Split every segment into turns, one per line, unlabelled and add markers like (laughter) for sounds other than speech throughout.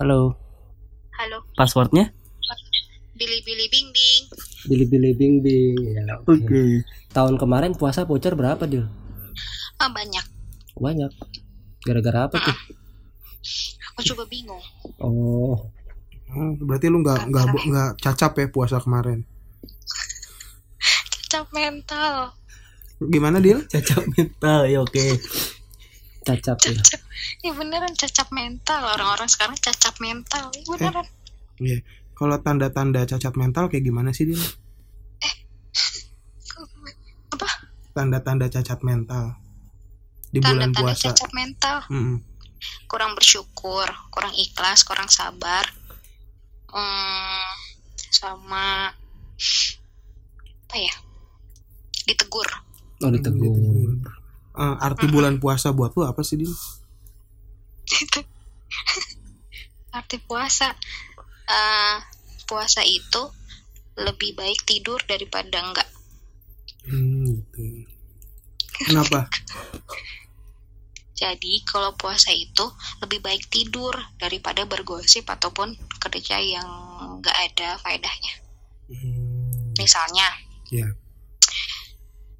Halo.
Halo,
Passwordnya?
Billy Billy Bing Bing.
Bili-bili bing-bing. Ya, oke. Tahun kemarin puasa voucher berapa, Dil?
Ah banyak.
Banyak. Gara-gara apa tuh?
Aku coba bingung.
Oh,
Hmm, berarti lu nggak nggak bo- nggak cacap ya puasa kemarin
Cap mental.
gimana (laughs) Dil?
Cacap mental. Ya oke.
cacat
Iya.
ya.
Cacap. Ya beneran cacap mental. Orang-orang sekarang cacap mental.
Eh,
Ya beneran.
Iya. Kalau tanda-tanda cacat mental kayak gimana sih Dil?
Apa?
Tanda-tanda cacat mental di bulan
Tanda-tanda
puasa.
cacap mental.
Mm-mm.
Kurang bersyukur, kurang ikhlas, kurang sabar. Hmm, sama apa ya? Ditegur.
Oh, ditegur.
Eh, arti bulan puasa buat lu apa sih Dil?
Itu. Arti puasa. Eh, puasa itu lebih baik tidur daripada enggak.
Hmm, gitu. Kenapa?
Jadi kalau puasa itu lebih baik tidur daripada bergosip ataupun kerja yang nggak ada faedahnya.
Hmm,
Misalnya,
ya.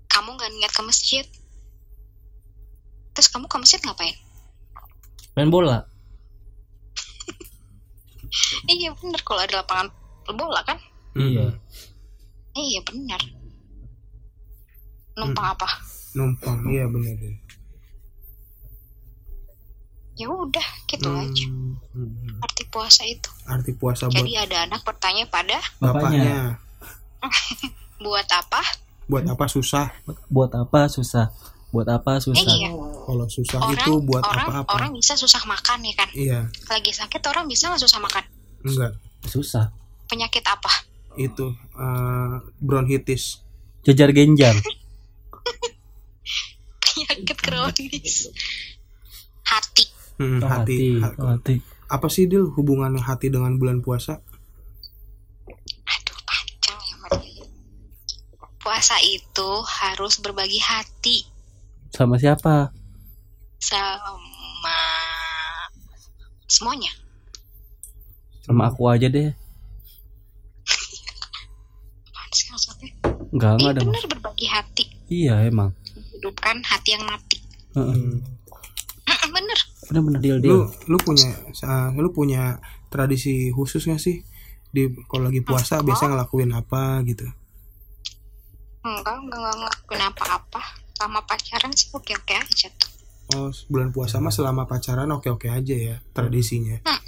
kamu nggak niat ke masjid, terus kamu ke masjid ngapain?
Main bola.
Iya bener kalau ada lapangan bola kan?
Iya.
Iya bener.
Hmm.
Numpang apa?
Numpang. Iya benar Dil.
Ya udah, gitu aja.
Hmm, hmm, hmm.
Arti puasa itu.
Arti puasa buat
Jadi ada anak bertanya pada
Bapaknya.
bapaknya.
buat apa?
Buat apa susah?
Buat apa susah? Buat apa susah?
Iya.
Kalau susah
Orang
itu buat
orang
apa-apa.
orang bisa susah makan ya kan?
Iya,
Lagi sakit orang bisa nggak susah makan?
enggak.
Susah.
Penyakit apa? (laughs)
Itu eh, bronkitis.
Jajar genjang.
penyakit kronis hati
Hmm,
Oh, hati.
hati. Ha-
hati.
Apa sih Dil hubungannya hati dengan bulan puasa?
aduh panjang ya Mari. puasa itu harus berbagi hati
Sama siapa?
sama semuanya
Sama aku aja deh.
Apaan sih maksudnya?
Enggak,
Iya
enggak ada.
benar berbagi hati
Iya, emang.
hidupkan hati yang mati
Heeh.
Mm-mm, bener
Bener-bener deal deal.
Lu lu punya sa- lu punya tradisi khusus gak sih? Di kalau lagi puasa
Apa?
biasa ngelakuin apa gitu.
enggak enggak enggak ngelakuin apa-apa sama pacaran sih oke oke aja tuh
Oh, bulan puasa mah selama pacaran oke-oke aja ya tradisinya.
Mm-mm.